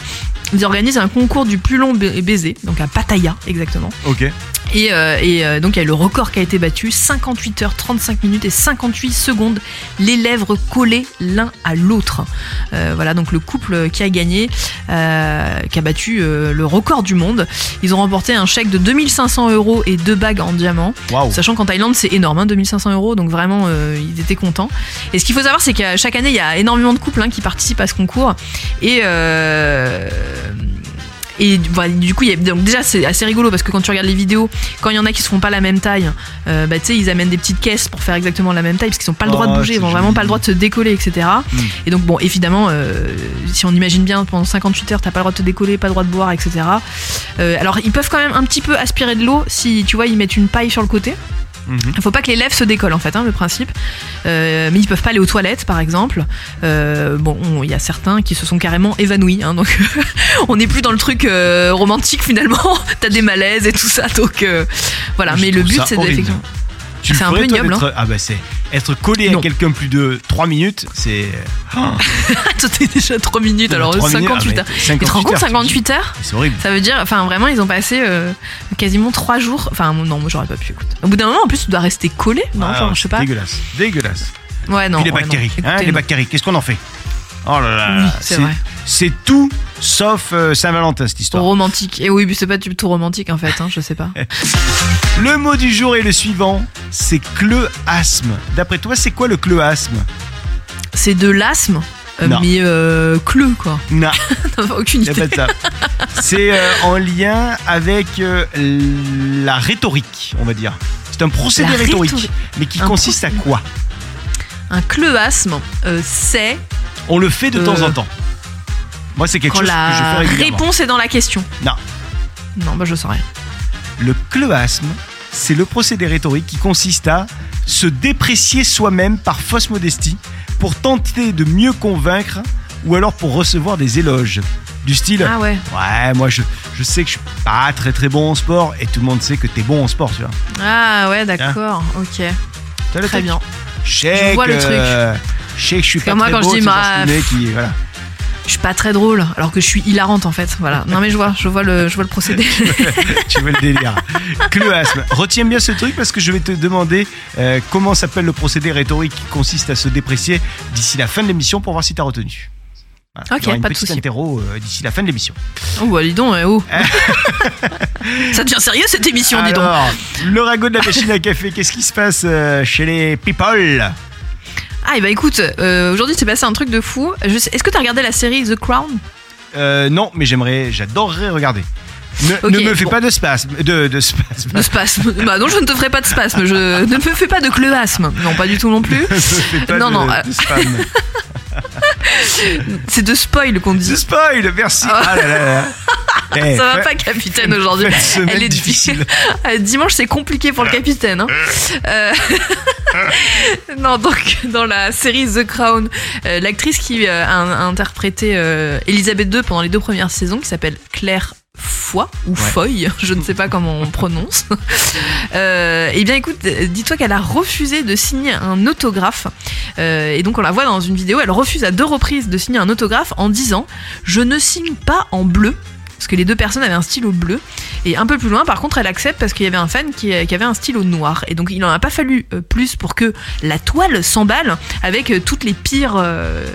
B: ils organisent un concours du plus long ba- baiser, donc à Pattaya exactement.
A: Ok.
B: Et, euh, et, euh, donc il y a le record qui a été battu, 58 heures 35 minutes et 58 secondes, les lèvres collées l'un à l'autre. Euh, voilà donc le couple qui a gagné, euh, qui a battu euh, le record du monde. Ils ont remporté un chèque de 2500 euros et deux bagues en diamant.
A: Waouh.
B: Sachant qu'en Thaïlande, c'est énorme, hein, 2500 euros, donc vraiment, euh, ils étaient contents. Et ce qu'il faut savoir, c'est qu'à chaque année, il y a énormément de couples hein, qui participent à ce concours. Et. euh, Et bah, du coup, il y a- donc, déjà, c'est assez rigolo parce que quand tu regardes les vidéos, quand il y en a qui se font pas la même taille, euh, bah, tu sais, ils amènent des petites caisses pour faire exactement la même taille parce qu'ils n'ont pas le droit
A: Oh,
B: de bouger, ils
A: c'est
B: n'ont vraiment
A: joli.
B: pas le droit de se décoller, etc.
A: Mm.
B: Et donc, bon, évidemment, euh, si on imagine bien, pendant 58 heures, t'as pas le droit de te décoller, pas le droit de boire, etc. Euh, alors, ils peuvent quand même un petit peu aspirer de l'eau si, tu vois, ils mettent une paille sur le côté.
A: Mhm.
B: Il faut pas que les lèvres se décollent en fait, hein, le principe. Euh, mais ils peuvent pas aller aux toilettes, par exemple. Euh, bon, on- il y a certains qui se sont carrément évanouis, hein, donc on n'est plus dans le truc euh, romantique finalement. T'as des malaises et tout ça, donc euh, voilà.
A: Je
B: mais le
A: trouve
B: but,
A: ça
B: c'est
A: horrible.
B: d'effectivement.
A: Tu le
B: C'est un
A: ferais,
B: peu
A: toi,
B: ignoble, hein.
A: d'être- Ah bah c'est être collé
B: Non.
A: à quelqu'un plus de 3 minutes, c'est Ah,
B: Toi, t'es déjà 3 minutes, alors
A: trois minutes,
B: 58
A: ah,
B: heures.
A: mais
B: Mais tu te rends compte,
A: heures, tu te dis,
B: 58 heures
A: C'est horrible.
B: Ça veut dire, enfin vraiment, ils ont passé euh, quasiment 3 jours. Enfin, non, moi j'aurais pas pu. Écoute. Au bout d'un moment, en plus, tu dois rester collé, non
A: Ah,
B: Genre, Je sais pas.
A: Dégueulasse, dégueulasse.
B: Ouais, non.
A: Puis les
B: ouais, non.
A: bactéries, hein,
B: Écoutez,
A: les
B: non.
A: bactéries, qu'est-ce qu'on en fait Oh là là,
B: Oui,
A: là,
B: c'est vrai. Oh,
A: c'est tout sauf euh, Saint-Valentin cette histoire.
B: Romantique. Et oui, mais c'est pas du tout romantique en fait, hein, je sais pas.
A: Le mot du jour est le suivant, c'est cleuasme. D'après toi, c'est quoi le cleuasme
B: C'est de l'asthme, euh,
A: Non.
B: mais euh, cleux quoi.
A: Non,
B: T'as aucune
A: y a
B: idée.
A: pas de ça. C'est euh, en lien avec euh, la rhétorique, on va dire. C'est un procédé
B: La
A: rhétorique,
B: rhétorique.
A: mais qui
B: Un
A: consiste à quoi
B: Un cleuasme, euh, c'est
A: On le fait de
B: Euh,
A: temps en temps. Moi, c'est quelque
B: quand
A: chose que je fais
B: la
A: régulièrement.
B: réponse est dans la question.
A: Non.
B: Non, bah je saurais.
A: Le cleuasme, c'est le procédé rhétorique qui consiste à se déprécier soi-même par fausse modestie pour tenter de mieux convaincre ou alors pour recevoir des éloges. Du style
B: Ah ouais.
A: Ouais, moi je, je sais que je suis pas très très bon en sport et tout le monde sait que t'es bon en sport, tu vois.
B: Ah ouais, d'accord. Ok.
A: T'as le
B: Très
A: truc
B: bien.
A: Je sais
B: Je vois
A: que,
B: le truc.
A: Je sais que je suis
B: Parce que
A: pas
B: moi,
A: très
B: quand je
A: beau,
B: dis,
A: c'est
B: bah,
A: parce qu'il y en a qui- voilà.
B: Je suis pas très drôle, alors que je suis hilarante en fait. Voilà. Non mais je vois, je vois le, je vois le procédé.
A: tu veux le délire. Cloasme. Retiens bien ce truc parce que je vais te demander euh, comment s'appelle le procédé rhétorique qui consiste à se déprécier d'ici la fin de l'émission pour voir si t'as retenu. Voilà.
B: Ok,
A: Il y aura une
B: pas de
A: petite
B: souci.
A: interro euh, d'ici la fin de l'émission.
B: oh bah dis donc, eh, oh. Ça devient sérieux cette émission, dis donc.
A: Alors, le ragot de la machine à café, qu'est-ce qui se passe euh, chez les people
B: Ah et bah écoute, euh, aujourd'hui c'est passé un truc de fou. Je sais- Est-ce que t'as regardé la série The Crown
A: Euh, Non, mais j'aimerais, j'adorerais regarder. Ne,
B: Ok,
A: ne me fais
B: bon.
A: pas de spasme. De, de spasme.
B: De spasme. Bah non, je ne te ferai pas de spasme. Je ne me fais pas de cleuasme. Non, pas du tout non plus.
A: Ne me fais pas
B: Non,
A: de,
B: non, euh.
A: de spam.
B: C'est de spoil qu'on
A: The
B: dit.
A: spoil, merci. Ah là là là. Eh,
B: Oh. Ça va
A: fin-
B: pas, capitaine, aujourd'hui.
A: fin de semaine
B: Elle est
A: difficile.
B: Euh, Dimanche, c'est compliqué pour le capitaine. hein. Euh, non, donc dans la série The Crown, euh, l'actrice qui euh, a, a interprété euh, Elisabeth II pendant les deux premières saisons, qui s'appelle Claire Foy ou Foy, je ne sais pas comment on prononce. Euh, eh bien, écoute, euh, dis-toi qu'elle a refusé de signer un autographe. Euh, et donc, on la voit dans une vidéo, elle refuse à deux reprises de signer un autographe en disant Je ne signe pas en bleu. Parce que les deux personnes avaient un stylo bleu. Et un peu plus loin, par contre, elle accepte parce qu'il y avait un fan qui, qui avait un stylo noir. Et donc, il n'en a pas fallu euh, plus pour que la toile s'emballe avec euh, toutes les pires. euh,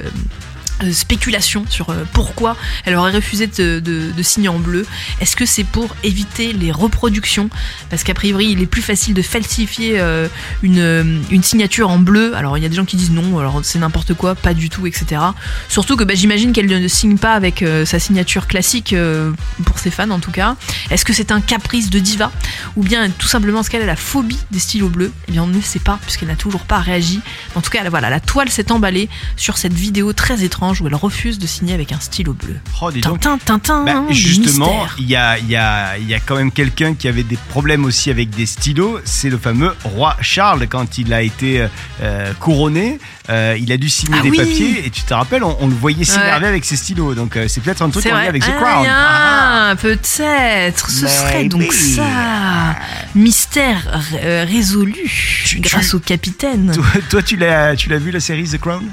B: euh, spéculations sur euh, pourquoi elle aurait refusé de, de- de signer en bleu. Est-ce que c'est pour éviter les reproductions Parce qu'a priori, il est plus facile de falsifier euh, une, euh, une signature en bleu. Alors, il y a des gens qui disent non, alors c'est n'importe quoi, pas du tout, etc. Surtout que bah, j'imagine qu'elle ne signe pas avec euh, sa signature classique, euh, pour ses fans en tout cas. Est-ce que c'est un caprice de diva Ou bien tout simplement est-ce qu'elle a la phobie des stylos bleus Eh bien on ne le sait pas puisqu'elle n'a toujours pas réagi. En tout cas, elle- voilà, la toile s'est emballée sur cette vidéo très étrange où elle refuse de signer avec un stylo bleu.
A: Oh, dis donc.
B: Tintin, Tintin,
A: Bah,
B: des
A: justement,
B: mystères.
A: il y a, il y, a, il y a quand même quelqu'un qui avait des problèmes aussi avec des stylos. C'est le fameux roi Charles quand il a été euh, couronné. euh, il a dû signer
B: Ah
A: des
B: oui.
A: papiers et tu te rappelles, on, on le voyait s'énerver
B: Ouais.
A: avec ses stylos. Donc euh, c'est peut-être un truc
B: C'est
A: en lien
B: vrai.
A: avec The
B: Ah,
A: Crown. Ah.
B: ah, peut-être. Ce serait donc
A: Maybe.
B: ça. Mystère euh, résolu
A: Tu- tu-
B: grâce au capitaine.
A: Toi, toi, tu l'as, tu l'as vu la série The Crown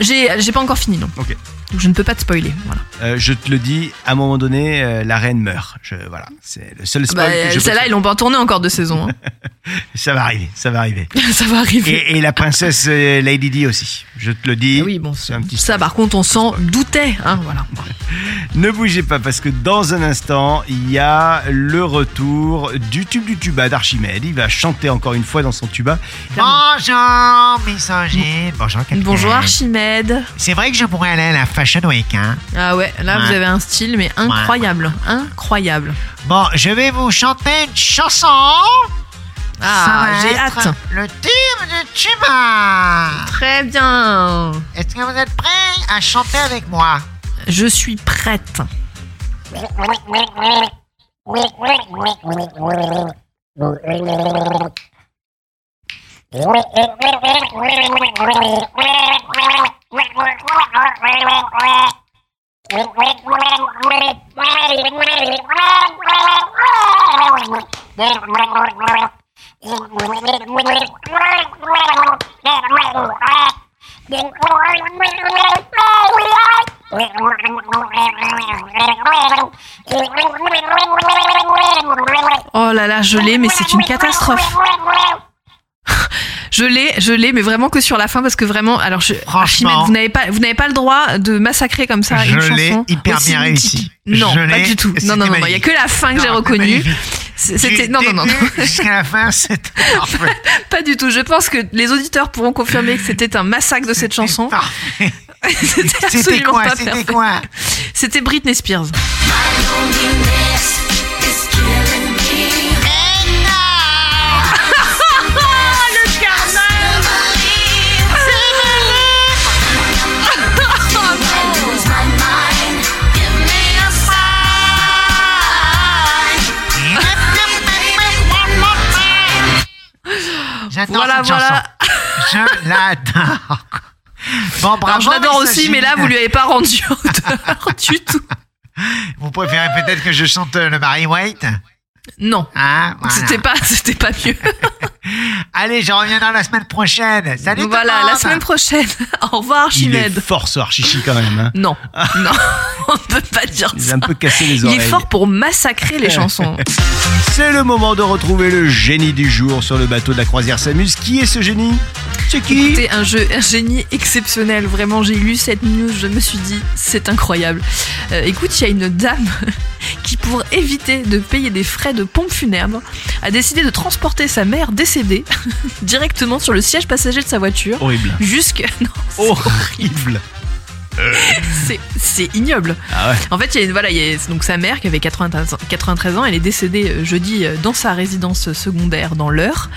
B: J'ai j'ai pas encore fini non.
A: Ok.
B: Donc je ne peux pas te spoiler. Voilà.
A: Euh, Je te le dis, à un moment donné, euh, la reine meurt. Je, voilà, c'est le seul
B: Bah,
A: spoil. que je peux te
B: Celle-là, ils l'ont pas tourné encore de saison. hein.
A: faire. Ça va arriver, ça va arriver.
B: ça va arriver.
A: Et, et la princesse euh, Lady Di aussi. Je te le dis.
B: Ah oui, bon,
A: c'est un petit
B: ça
A: spoil.
B: par contre, on s'en doutait. Hein, voilà.
A: Ne bougez pas parce que dans un instant, il y a le retour du tube du tuba d'Archimède. Il va chanter encore une fois dans son tuba. Ah,
G: Bonjour, messager. Bonjour, capitaine.
B: Bonjour Archimède.
G: C'est vrai que je pourrais aller à la Fashion Week. Hein.
B: Ah ouais, là vous
G: Ouais.
B: avez un style mais incroyable, incroyable.
G: Bon, je vais vous chanter une chanson.
B: Ah,
G: Ça va
B: j'ai
G: être
B: hâte.
G: Le tube de Tuba.
B: Très bien.
G: Est-ce que vous êtes prêts à chanter avec moi
B: Je suis prête. Oh là là, je l'ai, mais c'est une catastrophe. Je l'ai, je l'ai, mais vraiment que sur la fin parce que vraiment, alors je,
G: Franchement.
B: Archimède, vous n'avez pas, vous n'avez pas le droit de massacrer comme ça une
G: Je l'ai
B: chanson.
G: hyper
B: aussi
G: bien
B: mythique.
G: réussi.
B: Non,
G: Je
B: pas
G: l'ai,
B: du tout.
G: c'était
B: Non, non, non, non, il y a
G: magnifique.
B: que la fin que j'ai
G: Non,
B: reconnue.
G: magnifique.
B: C'était
G: Du
B: non, non, non,
G: début Jusqu'à la fin, c'était parfait.
B: pas du tout. Je pense que les auditeurs pourront confirmer que c'était un massacre de cette chanson.
G: Parfait.
B: C'était
G: C'était
B: absolument
G: quoi
B: pas
G: C'était
B: parfait.
G: quoi
B: C'était Britney Spears.
G: J'adore
B: Voilà,
G: cette chanson.
B: voilà.
G: Je l'adore. Bon, bravo.
B: Alors je l'adore
G: Miss
B: aussi, mais là
G: Jane.
B: vous lui avez pas rendu hauteur du tout.
G: Vous préférez peut-être que je chante euh, le Barry White
B: Non.
G: hein, voilà.
B: C'était pas, c'était pas mieux.
G: Allez, je reviens dans la semaine prochaine. Salut tout le
B: voilà,
G: monde.
B: la semaine prochaine. Au revoir,
A: Il est
B: Archimède.
A: fort ce Archichi quand même. hein.
B: Non, non, on ne peut pas dire
A: Il a
B: ça.
A: un peu cassé les
B: Il
A: oreilles.
B: est fort pour massacrer les chansons.
A: C'est le moment de retrouver le génie du jour sur le bateau de la croisière Samus. Qui est ce génie C'est qui
B: C'était un jeu, un génie exceptionnel. Vraiment, j'ai lu cette news, je me suis dit, c'est incroyable. Euh, écoute, il y a une dame qui, pour éviter de payer des frais de pompe funèbre, a décidé de transporter sa mère décédée directement sur le siège passager de sa voiture
A: Horrible.
B: jusqu'à. Non, c'est-
A: Horrible.
B: c'est- c'est ignoble.
A: Ah ouais.
B: En fait, il y a, une- voilà, il y a donc sa mère qui avait 93 ans- 93 ans, elle est décédée euh, jeudi euh, dans sa résidence secondaire dans l'Eure,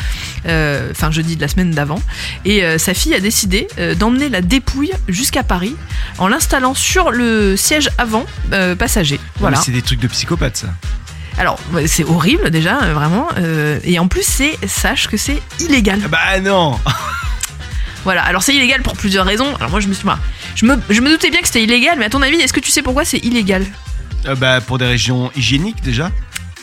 B: euh, enfin jeudi de la semaine d'avant, et euh, sa fille a décidé euh, d'emmener la dépouille jusqu'à Paris en l'installant sur le siège avant euh, passager. Voilà.
A: Mais C'est des trucs de psychopathe ça.
B: Alors ouais, c'est horrible déjà, euh, vraiment, euh, et en plus c'est sache que c'est illégal.
A: Ah Bah non.
B: Voilà. Alors c'est illégal pour plusieurs raisons. Alors moi je me suis, moi, je me, je me doutais bien que c'était illégal, mais à ton avis, est-ce que tu sais pourquoi c'est illégal
A: Ah Bah pour des régions hygiéniques déjà.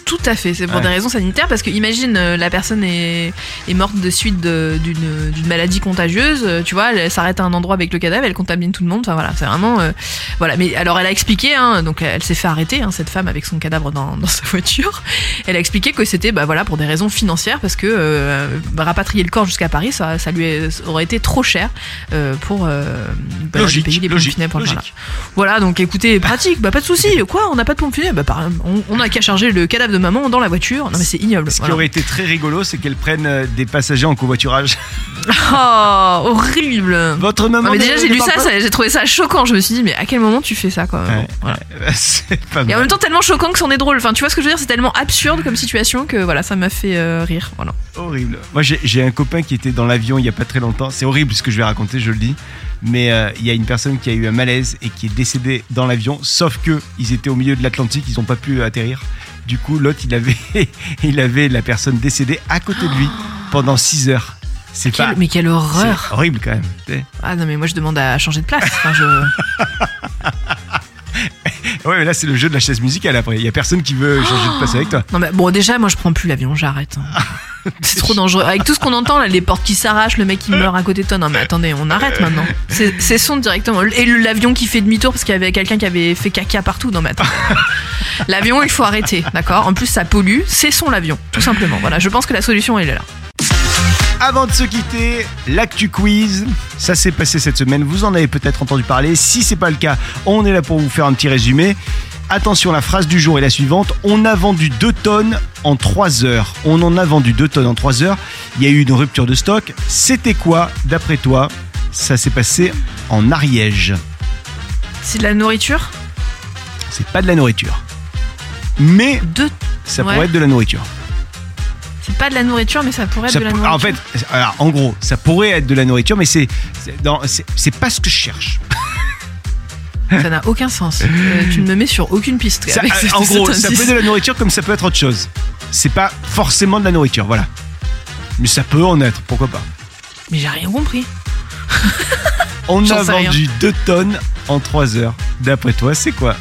B: Tout à fait, c'est pour
A: Ouais.
B: des raisons sanitaires, parce que imagine euh, la personne est, est morte de suite de- d'une d'une maladie contagieuse, euh, tu vois, elle s'arrête à un endroit avec le cadavre, elle contamine tout le monde, enfin voilà, c'est vraiment... euh, voilà, mais alors elle a expliqué, hein, donc elle s'est fait arrêter, hein, cette femme avec son cadavre dans, dans sa voiture, elle a expliqué que c'était bah, voilà, pour des raisons financières, parce que euh, bah, rapatrier le corps jusqu'à Paris, ça, ça lui est- ça aurait été trop cher euh, pour euh, bah,
A: logique.
B: payer les pompes
A: logique.
B: funèbres, voilà.
A: logique.
B: Voilà, donc écoutez, pratique, bah pas de souci. Quoi, on n'a pas de pompe funèbre Bah par- on, on a qu'à charger le cadavre de maman dans la voiture. Non mais c'est ignoble.
A: Ce qui
B: voilà.
A: aurait été très rigolo, c'est qu'elles prennent euh, des passagers en covoiturage.
B: Oh, horrible.
A: Votre
B: Non,
A: maman.
B: Ah, mais déjà
A: n'est-
B: j'ai
A: n'est
B: lu
A: pas
B: ça,
A: bonne
B: ça- j'ai trouvé ça choquant. Je me suis dit mais à quel moment tu fais ça quoi Bon,
A: Ouais.
B: voilà.
A: C'est pas
B: Et en
A: mal.
B: même temps tellement choquant que c'en est drôle. Enfin tu vois ce que je veux dire, c'est tellement absurde comme situation que voilà ça m'a fait euh, rire. Voilà.
A: Horrible. Moi, j'ai- j'ai un copain qui était dans l'avion il y a pas très longtemps. C'est horrible ce que je vais raconter, je le dis. Mais euh, il y a une personne qui a eu un malaise et qui est décédée dans l'avion. Sauf que ils étaient au milieu de l'Atlantique, ils n'ont pas pu euh, atterrir. Du coup, l'autre, il avait, il avait la personne décédée à côté de lui pendant 6 heures. C'est
B: Quelle-
A: pas.
B: mais quelle
A: C'est
B: horreur
A: horrible quand même. tu sais.
B: Ah non mais moi je demande à changer de place. Enfin, je...
A: Ouais, mais là, c'est le jeu de la chaise musicale après. Il y a personne qui veut changer de place avec toi.
B: Non mais bon déjà moi je prends plus l'avion, j'arrête. hein. C'est trop dangereux. Avec tout ce qu'on entend là, les portes qui s'arrachent, le mec qui meurt à côté de toi. Non mais attendez, on arrête maintenant. C'est c'est son directement. Et le- l'avion qui fait demi-tour parce qu'il y avait quelqu'un qui avait fait caca partout. Non mais attendez. L'avion, il faut arrêter, d'accord En plus ça pollue, c'est son l'avion, tout simplement. Voilà, je pense que la solution elle est là.
A: Avant de se quitter, l'actu quiz. Ça s'est passé cette semaine. Vous en avez peut-être entendu parler. Si c'est pas le cas, on est là pour vous faire un petit résumé. Attention, la phrase du jour est la suivante. On a vendu 2 tonnes en 3 heures. On en a vendu 2 tonnes en 3 heures. Il y a eu une rupture de stock. C'était quoi, d'après toi Ça s'est passé en Ariège.
B: C'est de la nourriture
A: C'est pas de la nourriture. Mais
B: De...
A: ça
B: Ouais.
A: pourrait être de la nourriture.
B: C'est pas de la nourriture, mais ça pourrait être
A: Ça
B: de la
A: pour-
B: nourriture.
A: en fait, alors, en gros, ça pourrait être de la nourriture, mais c'est c'est- non, c'est- c'est pas ce que je cherche.
B: ça n'a aucun sens. Euh, tu ne me mets sur aucune piste.
A: Ça- euh,
B: avec ce-
A: en
B: cet
A: gros, ça peut
B: indice.
A: être de la nourriture comme ça peut être autre chose. C'est pas forcément de la nourriture, voilà. Mais ça peut en être, pourquoi pas.
B: Mais j'ai rien compris.
A: On
B: J'en
A: a
B: sais rien.
A: vendu 2 tonnes en 3 heures. D'après toi, c'est quoi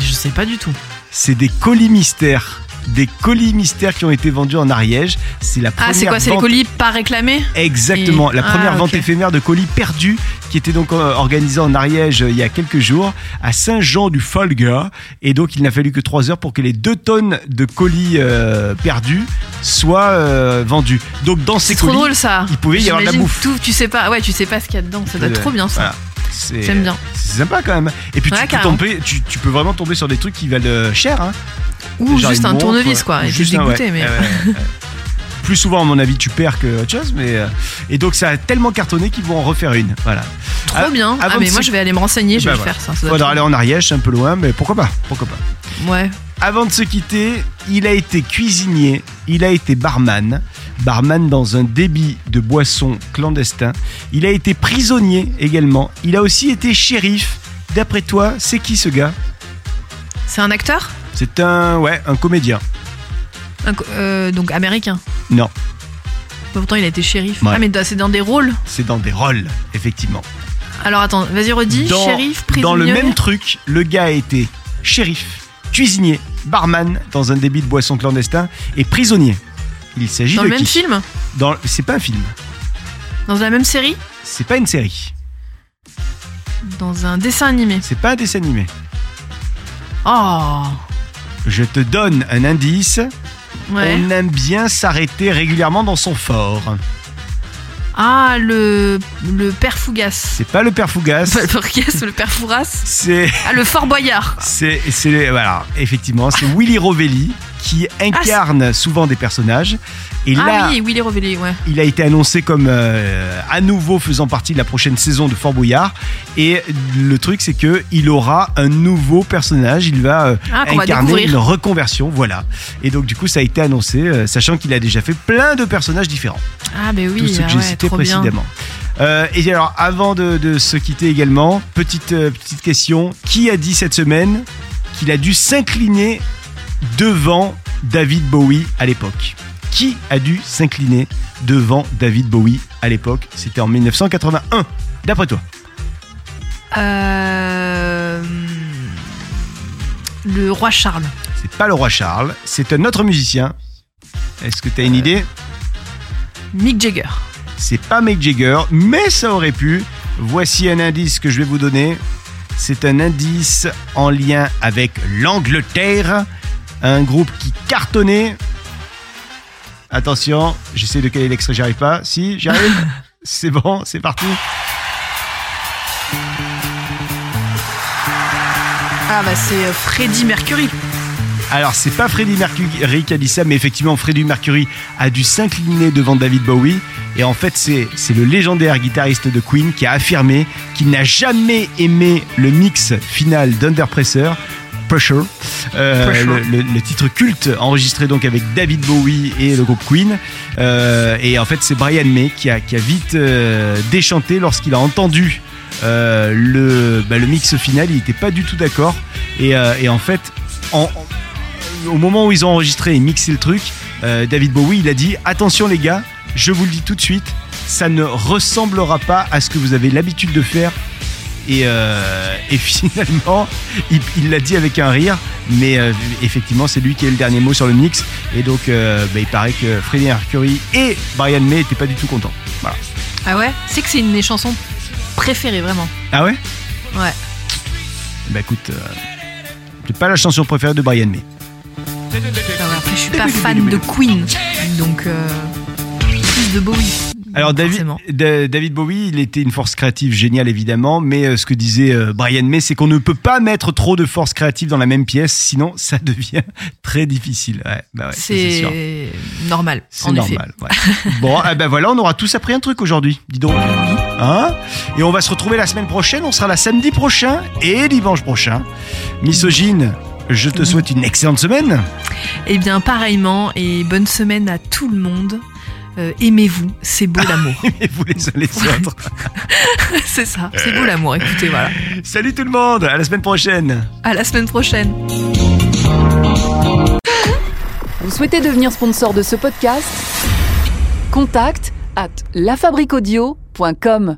B: Je sais pas du tout.
A: C'est des colis mystères. Des colis mystères qui ont été vendus en Ariège. C'est la première
B: Ah, c'est quoi C'est les
A: vente-
B: colis pas réclamés
A: Exactement,
B: Et-
A: la
B: Ah,
A: première vente
B: ok.
A: éphémère de colis perdus qui était donc euh, organisée en Ariège euh, il y a quelques jours à Saint-Jean du Folga. Et donc il n'a fallu que 3 heures pour que les 2 tonnes de colis euh, perdus soient euh, vendus. Donc dans ces
B: C'est trop
A: colis,
B: drôle ça.
A: il pouvait y avoir de la
B: J'imagine
A: bouffe.
B: Tout, tu sais pas. Ouais, tu sais pas ce qu'il y a dedans. Ça doit être trop bien ça.
A: euh, Voilà. C'est-
B: J'aime bien.
A: C'est sympa quand même. Et puis
B: Ouais,
A: tu, peux
B: carrément.
A: tomber- tu, tu peux vraiment tomber sur des trucs qui valent euh, cher. hein.
B: Ou
A: Genre
B: juste
A: une
B: un
A: montre,
B: tournevis
A: ou
B: quoi. Et t'es
A: euh, juste un-
B: dégoûté
A: ouais,
B: mais.
A: ouais, ouais, ouais. Plus souvent, à mon avis, tu perds que autre chose, mais euh, et donc ça a tellement cartonné qu'ils vont en refaire une. Voilà.
B: Trop
A: Ah,
B: bien. Ah
A: avant
B: mais
A: de
B: moi
A: se-
B: je vais aller me renseigner, je
A: Eh
B: vais
A: ben
B: le faire ça. ça doit
A: Faudra
B: être-
A: aller en Ariège, c'est un peu loin, mais pourquoi pas Pourquoi pas
B: Ouais.
A: Avant de se quitter, il a été cuisinier, il a été barman, barman dans un débit de boissons clandestin. Il a été prisonnier également. Il a aussi été shérif. D'après toi, c'est qui ce gars
B: C'est un acteur
A: C'est un ouais, un comédien.
B: Un co- euh, Donc américain. Bah,
A: Non,
B: Pourtant il a été shérif.
A: Ouais.
B: Ah mais dans- c'est dans des rôles.
A: c'est dans des rôles, effectivement.
B: Alors attends, vas-y redis.
A: dans,
B: Shérif,
A: dans le
B: prisonnier.
A: même truc, le gars a été shérif, cuisinier, barman dans un débit de boissons clandestin et prisonnier. Il s'agit
B: Dans
A: de
B: le même
A: qui
B: film
A: Dans- c'est pas un film,
B: Dans la même série
A: c'est pas une série,
B: Dans un dessin animé.
A: c'est pas un dessin animé.
B: Oh
A: Je te donne un indice.
B: Ouais.
A: On aime bien s'arrêter régulièrement dans son fort.
B: Ah, le, le père Fougas.
A: C'est pas le père Fougas.
B: Pas le père Fougas, le père Fouras.
A: C'est,
B: Ah, le Fort Boyard.
A: c'est, c'est, voilà, effectivement, c'est Willy Rovelli qui incarne souvent des personnages. Et là,
B: ah oui, Willy Revelé, ouais.
A: Il a été annoncé comme euh, à nouveau faisant partie de la prochaine saison de Fort Boyard. Et le truc, c'est que il aura un nouveau personnage. Il va euh,
B: Ah, qu'on va
A: incarner
B: découvrir.
A: une reconversion, voilà. Et donc du coup, ça a été annoncé, euh, sachant qu'il a déjà fait plein de personnages différents.
B: Ah, ben oui,
A: Tout ce
B: ah
A: que j'ai
B: ouais,
A: cité
B: trop bien.
A: précédemment. Euh, et alors, avant de, de se quitter également, petite, euh, petite question. Qui a dit cette semaine qu'il a dû s'incliner devant David Bowie à l'époque Qui a dû s'incliner devant David Bowie à l'époque C'était en 1981, d'après toi.
B: Euh, Le roi Charles.
A: C'est pas le roi Charles, c'est un autre musicien. Est-ce que tu as une idée
B: Mick Jagger.
A: C'est pas Mick Jagger, mais ça aurait pu. Voici un indice que je vais vous donner. C'est un indice en lien avec l'Angleterre, un groupe qui cartonnait. Attention, j'essaie de caler l'extrait, j'arrive pas. Si, j'arrive. c'est bon, c'est parti.
B: Ah, bah c'est euh, Freddie Mercury.
A: Alors, c'est pas Freddie Mercury qui a dit ça, mais effectivement, Freddie Mercury a dû s'incliner devant David Bowie. Et en fait, c'est c'est le légendaire guitariste de Queen qui a affirmé qu'il n'a jamais aimé le mix final d'Under Pressure. Pressure, euh,
G: Pressure.
A: Le, le- le titre culte enregistré donc avec David Bowie et le groupe Queen. Euh, et en fait, c'est Brian May qui a, qui a vite euh, déchanté lorsqu'il a entendu euh, le, bah, le mix final. Il n'était pas du tout d'accord. Et, euh, et en fait, en- en- au moment où ils ont enregistré et mixé le truc, euh, David Bowie, il a dit attention les gars, je vous le dis tout de suite, ça ne ressemblera pas à ce que vous avez l'habitude de faire. Et, euh, et finalement, il il l'a dit avec un rire, mais euh, effectivement, c'est lui qui a eu le dernier mot sur le mix. Et donc, euh, bah, il paraît que Freddie Mercury et Brian May n'étaient pas du tout contents. Voilà.
B: Ah ouais C'est que c'est une des chansons préférées, vraiment.
A: Ah ouais
B: Ouais.
A: Bah écoute, euh, c'est pas la chanson préférée de Brian May.
B: Ah ouais, après, je suis pas fan de Queen. Donc, euh, plus de Bowie.
A: Alors David,
B: forcément.
A: Da- David Bowie, il était une force créative géniale évidemment, mais euh, ce que disait euh, Brian May, c'est qu'on ne peut pas mettre trop de force créative dans la même pièce, sinon ça devient très difficile. Ouais, bah ouais, ça, c'est sûr.
B: c'est normal.
A: C'est
B: En effet.
A: normal. ouais. bon, eh ben voilà, on aura tous appris un truc aujourd'hui, dis donc. Hein et on va se retrouver la semaine prochaine. On sera là samedi prochain et dimanche prochain. Misogyne, je te souhaite une excellente semaine.
B: Eh bien, pareillement, et bonne semaine à tout le monde. Euh, Aimez-vous, c'est beau l'amour.
A: Et vous les uns les autres.
B: c'est ça, c'est beau l'amour. Écoutez, voilà.
A: Salut tout le monde. À la semaine prochaine.
B: À la semaine prochaine.
H: Vous souhaitez devenir sponsor de ce podcast Contact à lafabriquaudio.com.